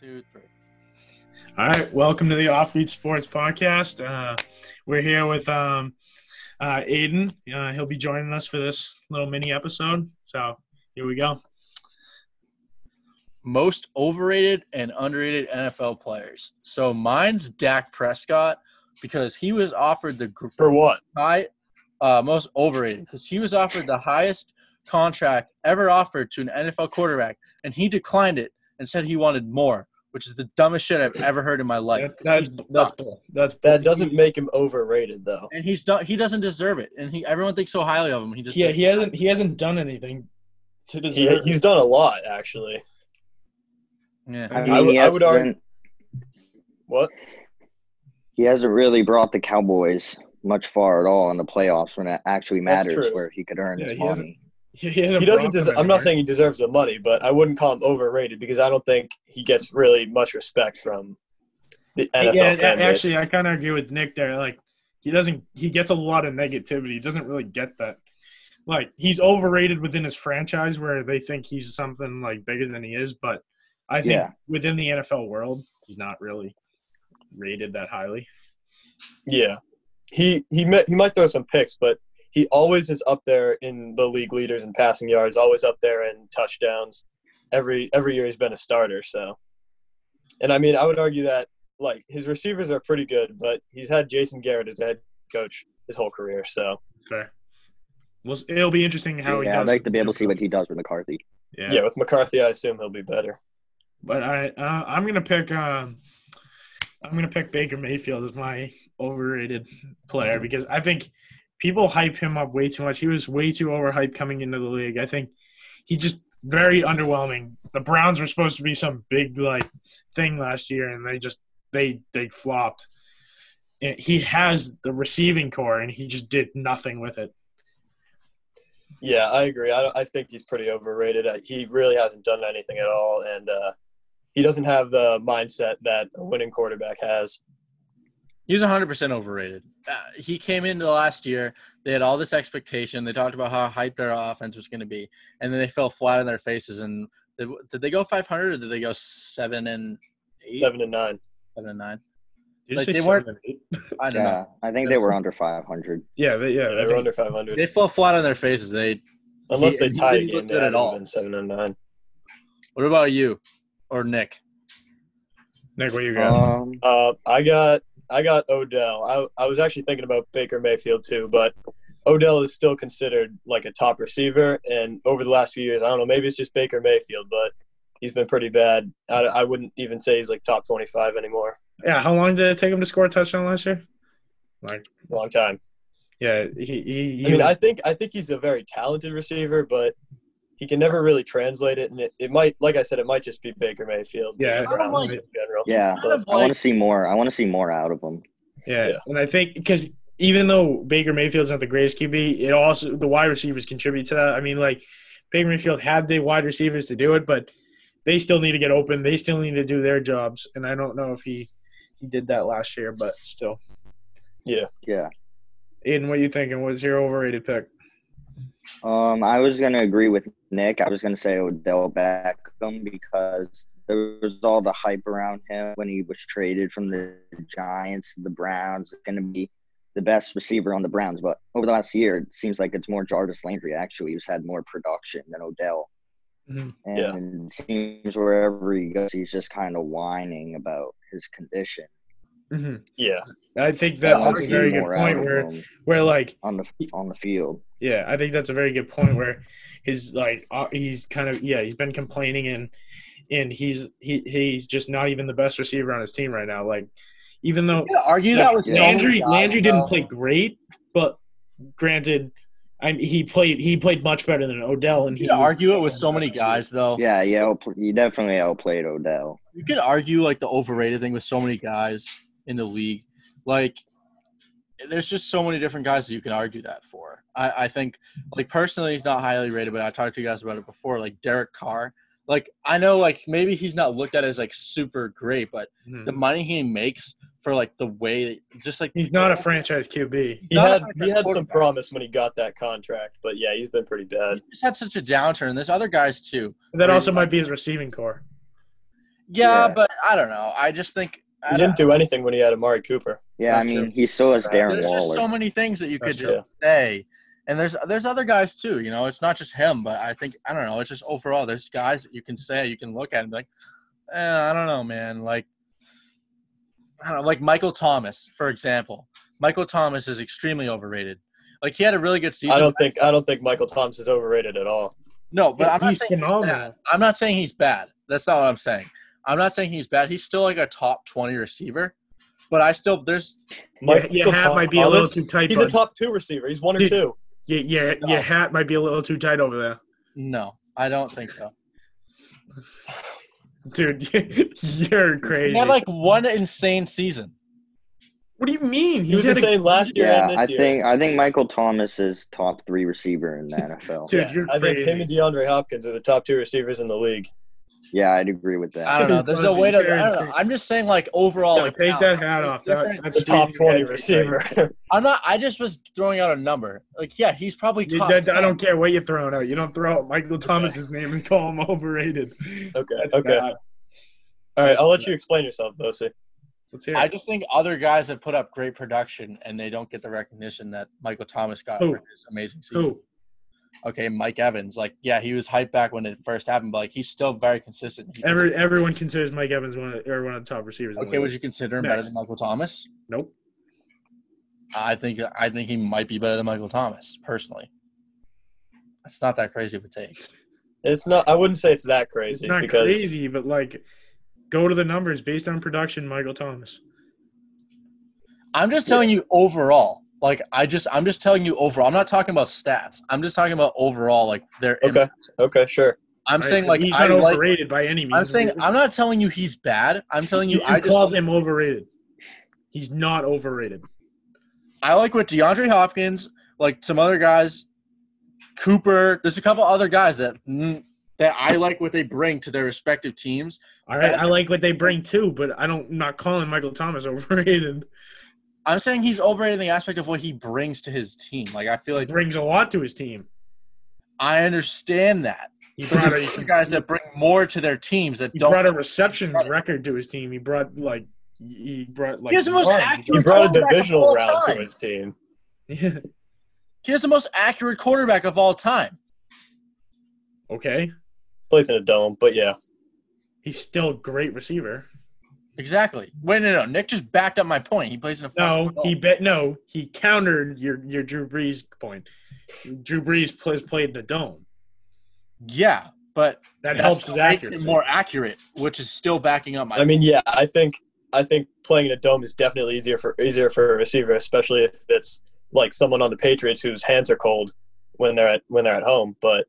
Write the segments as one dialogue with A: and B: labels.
A: Two, three.
B: All right, welcome to the Offbeat Sports Podcast. Uh, we're here with um, uh, Aiden. Uh, he'll be joining us for this little mini episode. So here we go.
A: Most overrated and underrated NFL players. So mine's Dak Prescott because he was offered the gr-
C: For what?
A: high, uh, most overrated because he was offered the highest contract ever offered to an NFL quarterback, and he declined it and said he wanted more, which is the dumbest shit I've ever heard in my life.
B: That- that's
A: He
B: that's
A: sucks.
B: that's
C: That doesn't make him overrated, though.
A: and he's done. He doesn't deserve it, and he everyone thinks so highly of him. He just
B: Yeah, he hasn't he hasn't done anything to deserve.
C: He,
B: it.
C: he's done a lot, actually.
A: yeah.
D: I
C: I
D: mean,
C: would-
D: he,
C: I would
D: hasn't,
C: argue- What?
D: he hasn't really brought the Cowboys much far at all in the playoffs when it actually
C: That's
D: matters
C: true.
D: where he could earn
B: Yeah,
D: his
B: he hasn't-
D: money.
B: He, he hasn't
C: He doesn't.
B: brought
C: Des-
B: them
C: I'm not
B: anywhere.
C: saying he deserves the money, but I wouldn't call him overrated because I don't think he gets really much respect from the NFL
B: yeah,
C: fan
B: a-
C: base.
B: actually, I kind of agree with Nick there. Like, he doesn't. He gets a lot of negativity. He doesn't really get that. Like, he's overrated within his franchise, where they think he's something like bigger than he is. But I think
D: Yeah.
B: within the NFL world, he's not really rated that highly.
C: yeah, he he might he might throw some picks, but he always is up there in the league leaders in passing yards. Always up there in touchdowns. Every every year he's been a starter. So, and I mean, I would argue that like his receivers are pretty good, but he's had Jason Garrett as head coach his whole career. So.
B: Fair. Well, s- it'll be interesting how he
D: Yeah,
B: does.
D: I'd like
B: with
D: to be able to see
B: Joe
D: what he does with McCarthy.
B: Burrow. Yeah.
C: Yeah. with McCarthy, I assume he'll be better.
B: But I, uh, I'm gonna pick. Um, I'm gonna pick Baker Mayfield as my overrated player because I think people hype him up way too much. He was way too overhyped coming into the league. I think he just very underwhelming. The Browns were supposed to be some big like thing last year, and they just they they flopped. And he has the receiving core, and he just did nothing with it.
C: Yeah, I agree. I, I think he's pretty overrated. I, he really hasn't done anything at all, and uh, he doesn't have the mindset that a winning quarterback has.
A: He's 100% overrated. Uh, he came into last year. They had all this expectation. They talked about how hyped their offense was going to be, and then they fell flat on their faces. And they, did they go 500 or did they go seven and eight, seven,
C: Seven and nine.
A: and nine?
B: Did you
A: Like,
B: say
A: they weren't-
B: seven, eight?
A: I don't know.
D: Yeah, I think they were under 500.
B: Yeah, they, yeah,
C: Yeah,
B: I
C: they were
B: think-
C: under
A: They
C: five hundred.
A: fell flat on their faces. They.
C: Unless
A: he-
C: they
A: he
C: tied a
A: didn't
C: game,
A: look
C: they
A: good at
C: had
A: all.
C: been seven and nine.
A: What about you, or Nick?
B: Nick, what you got?
D: Um,
C: Uh, I got I got Odell. I I was actually thinking about Baker Mayfield too, but Odell is still considered like a top receiver. And over the last few years, I don't know, maybe it's just Baker Mayfield, but he's been pretty bad. I, I wouldn't even say he's like top twenty five anymore.
B: Yeah, how long did it take him to score a touchdown last year? Like,
C: Long time.
B: yeah, he he. he
C: I mean,
B: was-
C: I think I think he's a very talented receiver, but he can never really translate it. And it, it might, like I said, it might just be Baker Mayfield.
B: Yeah.
C: Browns
A: I don't like-
C: in general.
D: yeah,
A: Kind of
D: I want
A: like-
D: to see more. I want to see more out of him.
B: yeah,
C: yeah.
B: and I think because even though Baker Mayfield's not the greatest QB, it also the wide receivers contribute to that. I mean, like Baker Mayfield had the wide receivers to do it, but they still need to get open. They still need to do their jobs, and I don't know if he he did that last year, but still.
D: Yeah.
B: Aiden, what you thinking? What's your overrated pick?
D: Um, I was gonna agree with Nick. I was gonna say Odell Beckham because there was all the hype around him when he was traded from the Giants to the Browns. Gonna be the best receiver on the Browns, but over the last year, it seems like it's more Jarvis Landry. Actually, who's had more production than Odell,
B: Mhm.
C: Yeah.
D: and it seems wherever he goes, he's just kind of whining about his condition.
B: hmm
C: Yeah,
B: I think
D: I
B: that
D: wanna
B: that's a
D: see
B: very good
D: more out
B: point.
D: of
B: Where
D: him
B: where like
D: on the on the field.
B: Yeah, I think that's a very good point where his like uh, he's kind of yeah, he's been complaining and and he's he he's just not even the best receiver on his team right now. Like even though
A: Yeah, argue that with
D: Yeah.
A: so many
B: Landry
A: guys,
B: Landry didn't
A: though.
B: play great, but granted I mean, he played he played much better than Odell and
A: You
B: he
A: could
B: was-
A: argue it with so many guys, though.
D: Yeah, yeah, outpl- he definitely outplayed Odell.
A: you could argue like the overrated thing with so many guys in the league. Like, there's just so many different guys that you can argue that for. I, I think, like personally, he's not highly rated, but I talked to you guys about it before. Like Derek Carr, Like I know, like maybe he's not looked at as like super great, but the money he makes for like the way, just like
B: Mm-hmm. He's not a franchise QB.
A: he's
C: He
A: not a
C: had he
A: franchise
C: had some
A: quarterback.
C: promise when he got that contract, but yeah, he's been pretty bad.
A: He just had such a downturn. There's other guys too.
B: That also might be his receiving core.
A: Yeah,
D: Yeah.
A: but I don't know. I just think I
C: He
A: don't-
C: didn't do anything when he had Amari Cooper.
D: Yeah, I
A: That's
D: mean,
A: true.
D: he still has Darren
A: there's just
D: Waller.
A: so many things that you could
B: That's
A: just
C: true.
A: say. And there's there's other guys too, you know. It's not just him, but I think I don't know. It's just overall, there's guys that you can say you can look at and be like, eh, I don't know, man. Like, I don't know, like Michael Thomas, for example. Michael Thomas is extremely overrated. Like he had a really good season.
C: I don't think I don't think Michael Thomas is overrated at all.
A: no, but I'm not
B: He's
A: saying he's
B: phenomenal.
A: bad. I'm not saying he's bad. That's not what I'm saying. I'm not saying he's bad. He's still like a top twenty receiver, but I still there's
B: Your, your hat
C: Tom-
B: might be a little
C: Thomas,
B: too tight.
C: He's a
B: bud.
C: top two receiver. He's one or
B: Dude.
C: two.
B: Yeah, yeah,
A: No.
B: your hat might be a little too tight over there,
A: no. I don't think so.
B: dude. You're crazy.
A: He had like one insane season.
B: what do you mean?
C: He was
B: had a-
C: insane last year
D: yeah,
C: and this
D: I
C: year.
D: think I think Michael Thomas is top three receiver in the NFL.
B: Dude,
A: Yeah,
B: you're
C: I think
B: crazy.
C: him and DeAndre Hopkins are the top two receivers in the league.
D: yeah, I'd agree with that.
A: I don't know. There's a way to. I don't know. I'm just saying, like overall,
B: Yeah,
A: like,
B: take
A: talent.
B: that hat off.
A: There's
B: That,
A: different-
B: that's
C: The top
B: cheesy.
C: twenty
B: That's
C: receiver.
A: I'm not. I just was throwing out a number. Like, yeah, he's probably
B: You-
A: top.
B: that- I
A: 10.
B: don't care what you're throwing out. You don't throw out Michael Thomas's name and call him overrated.
C: okay.
B: That's
C: Okay.
B: bad.
C: All right. I'll let you explain yourself though. See.
B: Let's hear
A: I
B: it.
A: just think other guys have put up great production and they don't get the recognition that Michael Thomas got
B: Who?
A: for his amazing season.
B: Who?
A: Okay, Mike Evans. Like, yeah, he was hyped back when it first happened, but like he's still very consistent. He-
B: Every, everyone considers Mike Evans one of, or one of the top receivers. in the
A: okay,
B: league.
A: would you consider him better
B: Next.
A: than Michael Thomas?
B: Nope.
A: I think I think he might be better than Michael Thomas personally. That's not that crazy of a take.
C: It's not. I wouldn't say it's that
B: It's
C: crazy
B: not
C: because
B: crazy, but like, go to the numbers based on production. Michael Thomas.
A: I'm just telling you overall. Like I just I'm just telling you overall. I'm not talking about stats. I'm just talking about overall like their
C: Okay.
A: impact.
C: okay, sure.
A: I'm saying like
B: he's
A: I
B: not
A: like
B: overrated by any means.
A: I'm saying I'm not telling you he's bad. I'm telling you,
B: you,
A: I just
B: called him overrated. He's not overrated.
A: I like what DeAndre Hopkins, like some other guys, Cooper, there's a couple other guys that mm, that I like what they bring to their respective teams.
B: All right, I like what they bring too, but I don't not calling Michael Thomas overrated.
A: I'm saying he's overrated in the aspect of what he brings to his team. Like I feel like
B: brings a lot to his team.
A: I understand that.
B: He
A: There's
B: brought a
A: other guys that bring more to their teams that
B: he
A: don't
B: brought a receptions record to his team. He brought like he brought like
A: He has the most
B: runs.
C: He
A: accurate-
C: brought a
A: quarterback of
C: divisional
A: all
C: round to
A: time.
C: his team.
B: Yeah.
A: He is the most accurate quarterback of all time.
B: okay,
C: Plays in a dome, but yeah.
B: he's still a great receiver.
A: Exactly. Wait, no, no. Nick just backed up my point. He plays in a
B: No,
A: fucking dome.
B: he bet no. He countered your your Drew Brees point. Drew Brees plays played in the dome.
A: yeah, but
B: That
A: that's
B: helps
A: what
B: his
A: makes
B: accuracy.
A: it more accurate, which is still backing up my.
C: I mean, yeah. I think I think playing in a dome is definitely easier for easier for a receiver, especially if it's like someone on the Patriots whose hands are cold when they're at when they're at home. But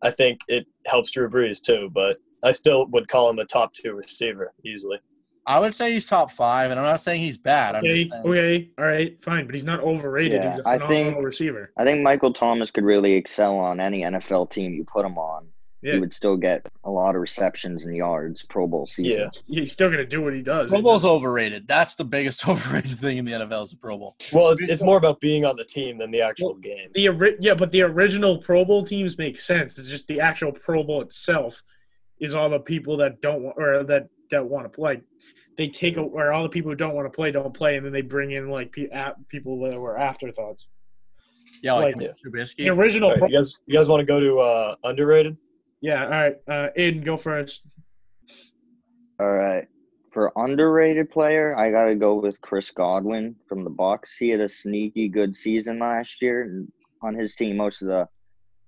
C: I think it helps Drew Brees too. But I still would call him a top two receiver easily.
A: I would say he's top five, and I'm not saying he's bad. I'm
B: Okay,
A: just saying,
B: okay, all right, fine, but he's not overrated.
D: Yeah,
B: he's a
D: I
B: phenomenal
D: think-
B: receiver.
D: I think Michael Thomas could really excel on any NFL team you put him on.
B: Yeah,
D: He would still get a lot of receptions and yards Pro Bowl season.
C: Yeah.
B: he's still gonna do what he does.
A: Pro Bowl's overrated. That's the biggest overrated thing in the NFL is the Pro Bowl.
C: Well, it's, it's more about being on the team than the actual game.
B: The ori- yeah, but the original Pro Bowl teams make sense. It's just the actual Pro Bowl itself is all the people that don't want or that that want to play. They take a, or all the people who don't want to play don't play, and then they bring in like pe- a- people that were afterthoughts.
A: Yeah, like
C: Like-
A: Trubisky.
B: The original,
C: All right,
B: Pro-
C: you guys, you guys want to go to uh, underrated?
B: yeah. All right, uh, Aiden, go first.
D: All right. For underrated player, I gotta go with Chris Godwin from the Bucks. He had a sneaky good season last year, and on his team, most of the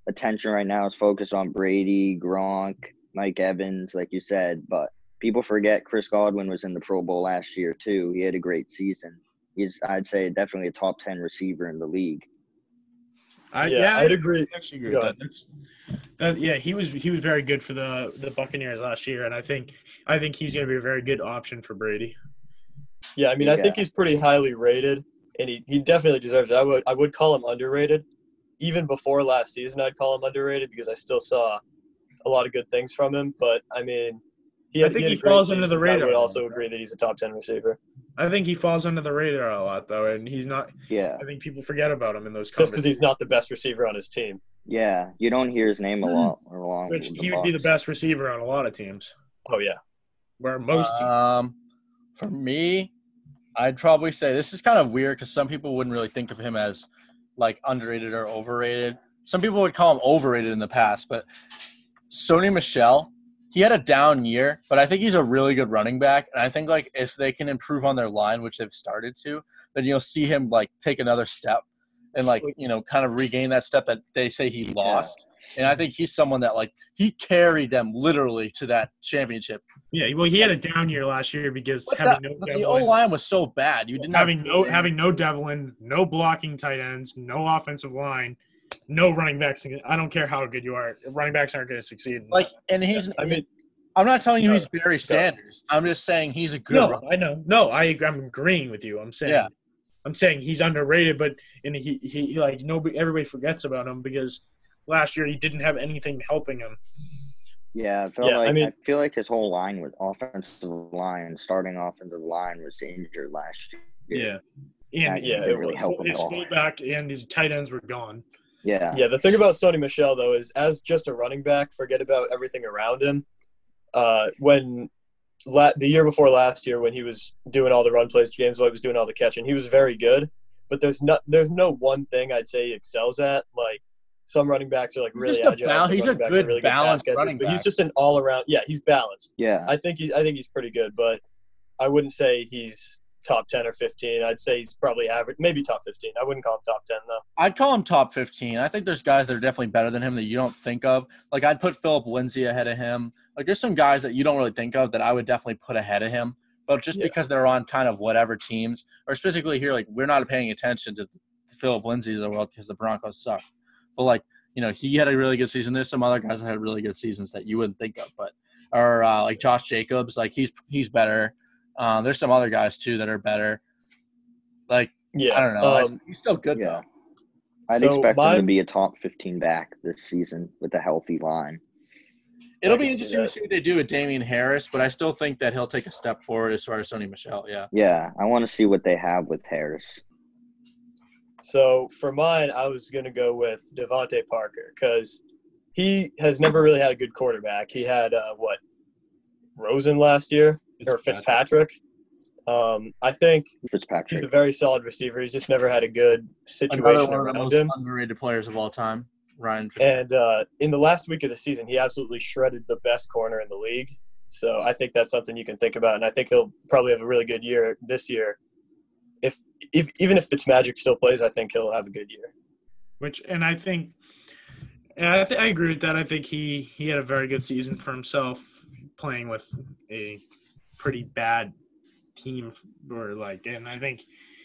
D: attention right now is focused on Brady, Gronk, Mike Evans, like you said. But people forget Chris Godwin was in the Pro Bowl last year too. He had a great season. He's, I'd say, definitely a top ten receiver in the league.
B: I,
C: I'd agree.
B: actually agree
C: Go
B: with that.
C: ahead.
B: That's, that. Yeah, he was he was very good for the the Buccaneers last year, and I think I think he's going to be a very good option for Brady.
C: Yeah, I mean, I think
D: Yeah.
C: he's pretty highly rated, and he, he definitely deserves it. I would I would call him underrated, even before last season. I'd call him underrated because I still saw a lot of good things from him, but I mean, he
B: I
C: had,
B: think
C: he, had
B: he
C: a great
B: falls under the
C: season.
B: radar.
C: I would also agree that he's a top ten receiver.
B: I think he falls under the radar a lot though, and he's not.
D: Yeah,
B: I think people forget about him in those
C: Just because
B: conversations.
C: he's not the best receiver on his team.
D: yeah. You don't hear his name a lot along.
B: Which
D: with
B: Hmm. he would be the
D: Bucs.
B: best receiver on a lot of teams,
C: Oh yeah,
B: where most teams,
A: Um, for me, I'd probably say this is kind of weird because some people wouldn't really think of him as like underrated or overrated. Some people would call him overrated in the past, but Sony Michelle, he had a down year, but I think he's a really good running back. And I think like if they can improve on their line, which they've started to, then you'll see him like take another step and like you know kind of regain that step that they say he lost. And I think he's someone that like he carried them literally to that championship
B: yeah. Well, he had a down year last year because
A: but
B: having
A: that-
B: no
A: but the O
B: Devlin,
A: line was so bad. You didn't
B: having
A: have,
B: no having no Devlin, no blocking tight ends, no offensive line, no running backs. I don't care how good you are, running backs aren't going to succeed. in
A: like, and he's.
C: I mean,
A: I'm not telling you
C: No,
A: he's Barry Sanders. I'm just saying he's a good.
B: No,
A: run-
B: I know. No, I ag- I'm agreeing with you. I'm saying
A: Yeah.
B: I'm saying he's underrated, but and he, he he, like nobody everybody forgets about him because last year he didn't have anything helping him.
D: Yeah, I feel
C: Yeah, I
D: like I,
C: mean-
D: feel like his whole line was offensive line, starting offensive line was injured last year.
B: And
D: That
C: Yeah,
D: didn't
C: it
D: really
C: was.
D: help him at
B: his
D: all.
B: fullback and his tight ends were gone.
D: Yeah,
C: yeah. The thing about Sony Michelle though is, as just a running back, forget about everything around him. Uh, when la- the year before last year, when he was doing all the run plays, James White was doing all the catching. He was very good, but there's not there's no one thing I'd say he excels at. Like some running backs are like
A: He's
C: really
A: just a
C: agile.
A: bal-
C: some
A: he's a
C: running backs are
A: good
C: really pass
A: balanced
C: catchers,
A: running
C: but he's
A: back.
C: just an all around. Yeah, he's balanced.
D: yeah,
C: I think he's I think he's pretty good, but I wouldn't say he's top ten or fifteen. I'd say he's probably average, maybe top fifteen. I wouldn't call him top ten though.
A: I'd call him top 15. I think there's guys that are definitely better than him that you don't think of. Like I'd put Philip Lindsay ahead of him. Like there's some guys that you don't really think of that I would definitely put ahead of him. But just
C: Yeah.
A: because they're on kind of whatever teams, or specifically here, like we're not paying attention to the Philip Lindsay's of the world because the Broncos suck. But like you know, he had a really good season. There's some other guys that had really good seasons that you wouldn't think of, but or uh, like Josh Jacobs, like he's he's better. Um, there's some other guys too that are better. Like
C: Yeah,
A: I don't know, like,
C: Um,
A: he's still good
D: Yeah.
A: though.
D: I'd
C: So
D: expect him
C: mine-
D: to be a top fifteen back this season with a healthy line.
A: It'll
C: I
A: be
C: can see
A: interesting to
C: that.
A: see what they do with Damian Harris, but I still think that he'll take a step forward as far as Sony Michelle. Yeah.
D: Yeah, I want to see what they have with Harris.
C: so for mine, I was gonna go with Devonte Parker because he has never really had a good quarterback. He had uh, what Rosen last year or Fitzpatrick. Um, I think he's a
D: Fitzpatrick.
C: very solid receiver. He's just never had a good
A: Another
C: situation
A: one of the
C: around
A: most
C: him.
A: underrated players of all time, Ryan.
C: And uh, in the last week of the season, he absolutely shredded the best corner in the league. So I think that's something you can think about, and I think he'll probably have a really good year this year. If, if even if Fitzmagic still plays, I think he'll have a good year.
B: Which and I think and I, th- I agree with that. I think he he had a very good season for himself playing with a pretty bad team or like and I think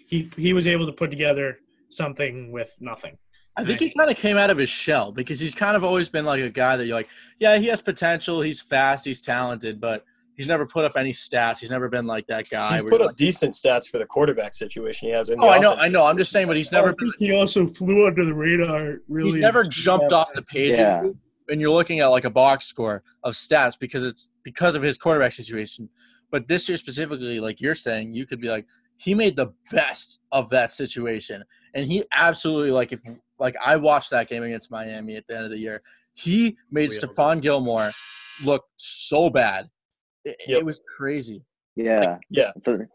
B: he he was able to put together something with nothing.
A: I think he kind of came out of his shell because he's kind of always been like a guy that you're like, yeah, he has potential. He's fast. He's talented, but he's never put up any stats. He's never been like that guy.
C: He's
A: where
C: put
A: you're
C: up decent stats for the quarterback situation he has. In the Oh,
A: like, oh, I know.
C: offense.
A: I know. I'm just saying, but he's never been.
B: he also flew under the radar. Really,
A: He's never jumped off the page.
D: Yeah.
A: and you're looking at like a box score of stats because it's because of his quarterback situation. But this year specifically, like you're saying, you could be like he made the best of that situation, and he absolutely like if like I watched that game against Miami at the end of the year, he made
B: We all did.
A: Stephon Gilmore look so bad. It,
C: Yep.
A: it was crazy.
D: Yeah,
C: yeah.
D: For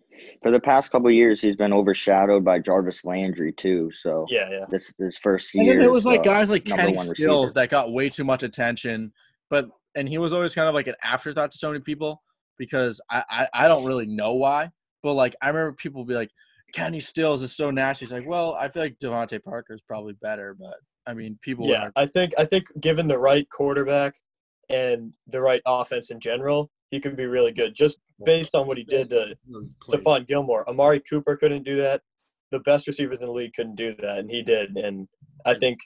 D: for the past couple of years, he's been overshadowed by Jarvis Landry too. So
C: Yeah, yeah.
D: this this first year,
A: And then there was like
D: uh,
A: guys like
D: number
A: Kenny
D: one
A: Stills
D: receiver.
A: that got way too much attention, but and he was always kind of like an afterthought to so many people because I I, I don't really know why, but like I remember people would be like Kenny Stills is so nasty. He's like, well, I feel like Devontae Parker is probably better, but I mean, people
C: Yeah,
A: aren't.
C: I think I think given the right quarterback and the right offense in general, he could be really good. Just based on what he did
A: uh,
C: to Stephon Gilmore. Amari Cooper couldn't do that. The best receivers in the league couldn't do that, and he did. And I think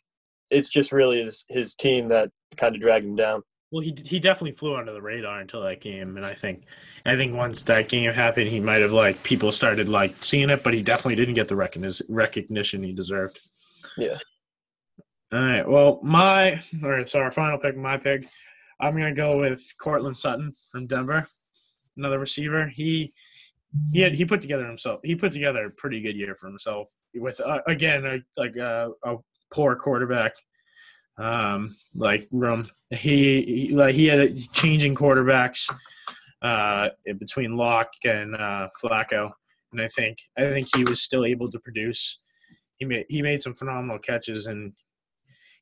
C: it's just really his, his team that kind of dragged him down.
B: Well, he he definitely flew under the radar until that game, and I think I think once that game happened, he might have like people started like seeing it, but he definitely didn't get the recogniz- recognition he deserved.
C: Yeah.
B: All right. Well, my all right. So our final pick, my pick. I'm gonna go with Cortland Sutton from Denver, another receiver. He he had, he put together himself. He put together a pretty good year for himself with uh, again a, like a, a poor quarterback. Um, like room he, he like he had a changing quarterbacks uh in between Locke and uh Flacco, and I think I think he was still able to produce. He made he made some phenomenal catches and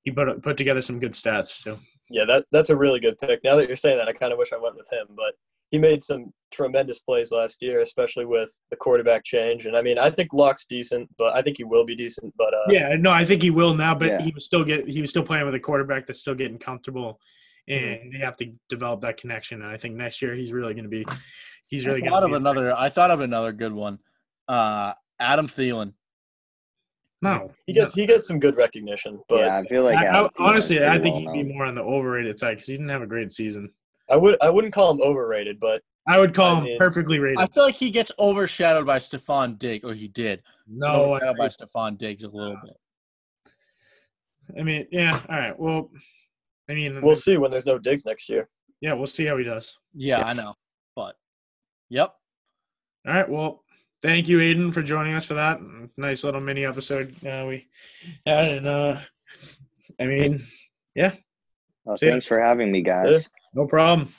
B: he put put together some good stats too.
C: Yeah, that that's a really good pick. Now that you're saying that, I kind of wish I went with him, but he made some tremendous plays last year, especially with the quarterback change. And I mean, I think Locke's decent, but I think he will be decent. But uh,
B: Yeah, no, I think he will now, but
D: Yeah.
B: he was still get he was still playing with a quarterback that's still getting comfortable,
D: Mm-hmm.
B: and they have to develop that connection. And I think next year he's really going to be he's really
A: I
B: going
A: thought
B: to
A: of
B: be
A: another. I thought of another good one. Uh, Adam Thielen.
B: no.
C: he gets he gets some good recognition. But
D: yeah, I feel like
B: I, I,
D: Adam Thielen's
B: honestly,
D: pretty
B: I think
D: well
B: he'd be
D: known.
B: more on the overrated side because he didn't have a great season.
C: I would I wouldn't call him overrated, but
B: I would call
C: I
B: him
C: mean-
B: perfectly rated.
A: I feel like he gets overshadowed by Stephon Diggs, or he did.
B: no, I,
A: overshadowed by Stephon Diggs a little bit.
B: I mean, yeah, all right. Well, I mean,
C: we'll see when there's no digs next year.
B: yeah, we'll see how he does.
A: Yeah, I know. But, yep.
B: All right. Well, thank you, Aiden, for joining us for that nice little mini episode uh, we had. And uh, I mean,
D: Well,
B: See ya.
D: thanks Oh, for having me, guys.
B: no problem.